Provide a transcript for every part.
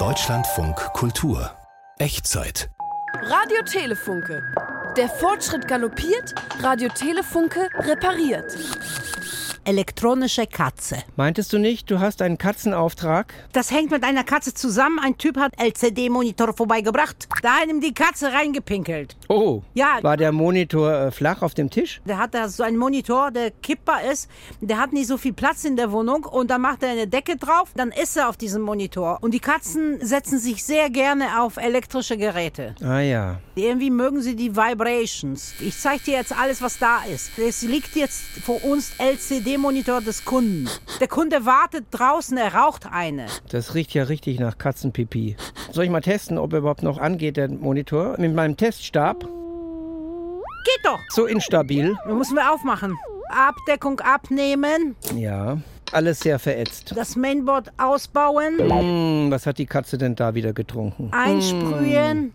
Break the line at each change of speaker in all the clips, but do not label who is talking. Deutschlandfunk Kultur. Echtzeit.
Radio Telefunke. Der Fortschritt galoppiert, Radio Telefunke repariert.
Elektronische Katze.
Meintest du nicht, du hast einen Katzenauftrag?
Das hängt mit einer Katze zusammen. Ein Typ hat LCD-Monitor vorbeigebracht, da einem die Katze reingepinkelt.
Oh,
Ja.
war der Monitor äh, flach auf dem Tisch?
Der hat da so einen Monitor, der kippbar ist. Der hat nicht so viel Platz in der Wohnung und dann macht er eine Decke drauf. Dann ist er auf diesem Monitor. Und die Katzen setzen sich sehr gerne auf elektrische Geräte.
Ah ja.
Irgendwie mögen sie die Vibrations. Ich zeige dir jetzt alles, was da ist. Es liegt jetzt vor uns LCD-Monitor des Kunden. Der Kunde wartet draußen, er raucht eine.
Das riecht ja richtig nach Katzenpipi. Soll ich mal testen, ob er überhaupt noch angeht, der Monitor? Mit meinem Teststab?
Geht doch.
So instabil.
Da müssen wir aufmachen. Abdeckung abnehmen,
Ja. Alles sehr verätzt.
das Mainboard ausbauen,
Hm, was hat die Katze denn da wieder getrunken?
einsprühen,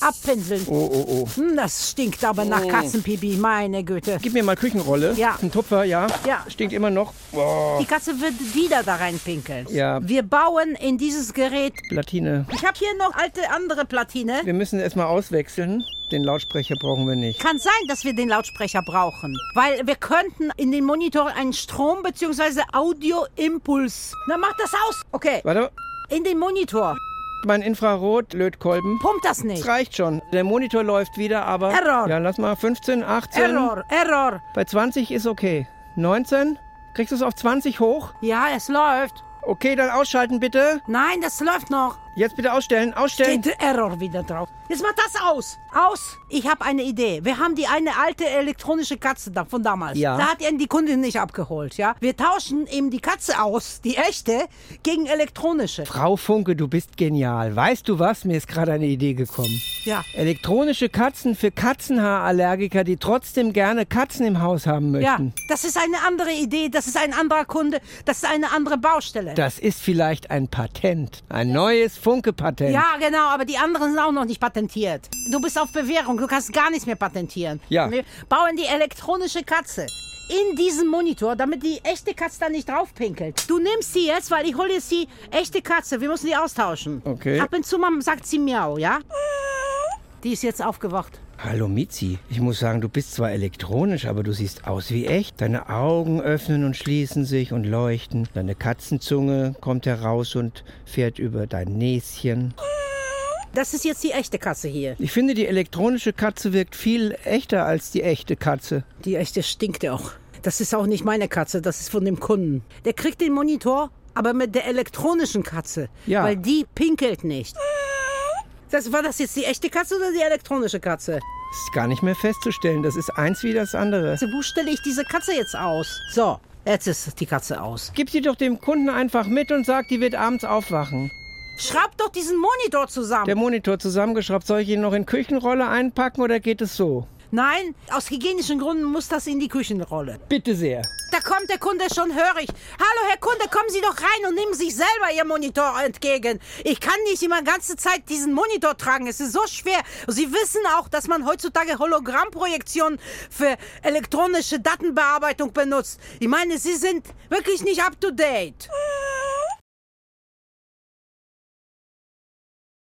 abpinseln.
Oh, oh, oh.
Hm, Das stinkt aber nach Katzenpipi, meine Güte.
Gib mir mal Küchenrolle.
Ja.
Ein Tupfer, ja.
Ja.
Stinkt immer noch. Oh.
Die Katze wird wieder da reinpinkeln.
Ja.
Wir bauen in dieses Gerät.
Platine.
Ich habe hier noch alte andere Platine.
Wir müssen erstmal auswechseln. Den Lautsprecher brauchen wir nicht.
Kann sein, dass wir den Lautsprecher brauchen, weil wir könnten in den Monitor einen Strom bzw. Audioimpuls. Na, mach das aus. Okay,
Warte mal.
in den Monitor.
Mein Infrarot-Lötkolben.
Pumpt das
Das
nicht.
reicht schon. Der Monitor läuft wieder, aber.
Error.
Ja, lass mal 15, 18.
Error, Error.
Bei 20 ist okay. 19? Kriegst du es auf 20 hoch?
Ja, es läuft.
Okay, dann ausschalten bitte.
Nein, das läuft noch.
Jetzt bitte ausstellen, ausstellen.
Steht Error wieder drauf. Jetzt mach das aus. Aus. Ich habe eine Idee. Wir haben die eine alte elektronische Katze da von damals.
Ja.
Da hat ihn die Kundin nicht abgeholt, ja? Wir tauschen eben die Katze aus, die echte, gegen elektronische.
Frau Funke, du bist genial. Weißt du was? Mir ist gerade eine Idee gekommen.
Ja.
Elektronische Katzen für Katzenhaarallergiker, die trotzdem gerne Katzen im Haus haben
Ja,
möchten.
das ist eine andere Idee, das ist ein anderer Kunde, das ist eine andere Baustelle.
Das ist vielleicht ein Patent. Ein neues Funke-Patent.
ja, genau, aber die anderen sind auch noch nicht patentiert. Du bist auf Bewährung, du kannst gar nichts mehr patentieren.
Ja.
Wir bauen die elektronische Katze in diesen Monitor, damit die echte Katze da nicht draufpinkelt. Du nimmst sie jetzt, weil ich hole jetzt die echte Katze, wir müssen die austauschen.
Okay.
Ab und zu mal sagt sie miau, ja? Die ist jetzt aufgewacht.
Hallo Mizi, ich muss sagen, du bist zwar elektronisch, aber du siehst aus wie echt. Deine Augen öffnen und schließen sich und leuchten. Deine Katzenzunge kommt heraus und fährt über dein Näschen.
Das ist jetzt die echte Katze hier.
Ich finde, die elektronische Katze wirkt viel echter als die echte Katze.
Die echte stinkt auch. Das ist auch nicht meine Katze, das ist von dem Kunden. Der kriegt den Monitor, aber mit der elektronischen Katze.
Ja.
Weil die pinkelt nicht. Das, war das jetzt die echte Katze oder die elektronische Katze?
Ist gar nicht mehr festzustellen, das ist eins wie das andere.
Also, wo stelle ich diese Katze jetzt aus? So, jetzt ist die Katze aus.
Gib sie doch dem Kunden einfach mit und sag, die wird abends aufwachen.
Schraub doch diesen Monitor zusammen.
Der Monitor zusammengeschraubt, soll ich ihn noch in Küchenrolle einpacken oder geht es so?
Nein, aus hygienischen Gründen muss das in die Küchenrolle.
Bitte sehr.
Da kommt der Kunde schon hörig. Hallo, Herr Kunde, kommen Sie doch rein und nehmen sich selber Ihr Monitor entgegen. Ich kann nicht immer ganze Zeit diesen Monitor tragen. Es ist so schwer. Sie wissen auch, dass man heutzutage Hologrammprojektionen für elektronische Datenbearbeitung benutzt. Ich meine, Sie sind wirklich nicht up to date.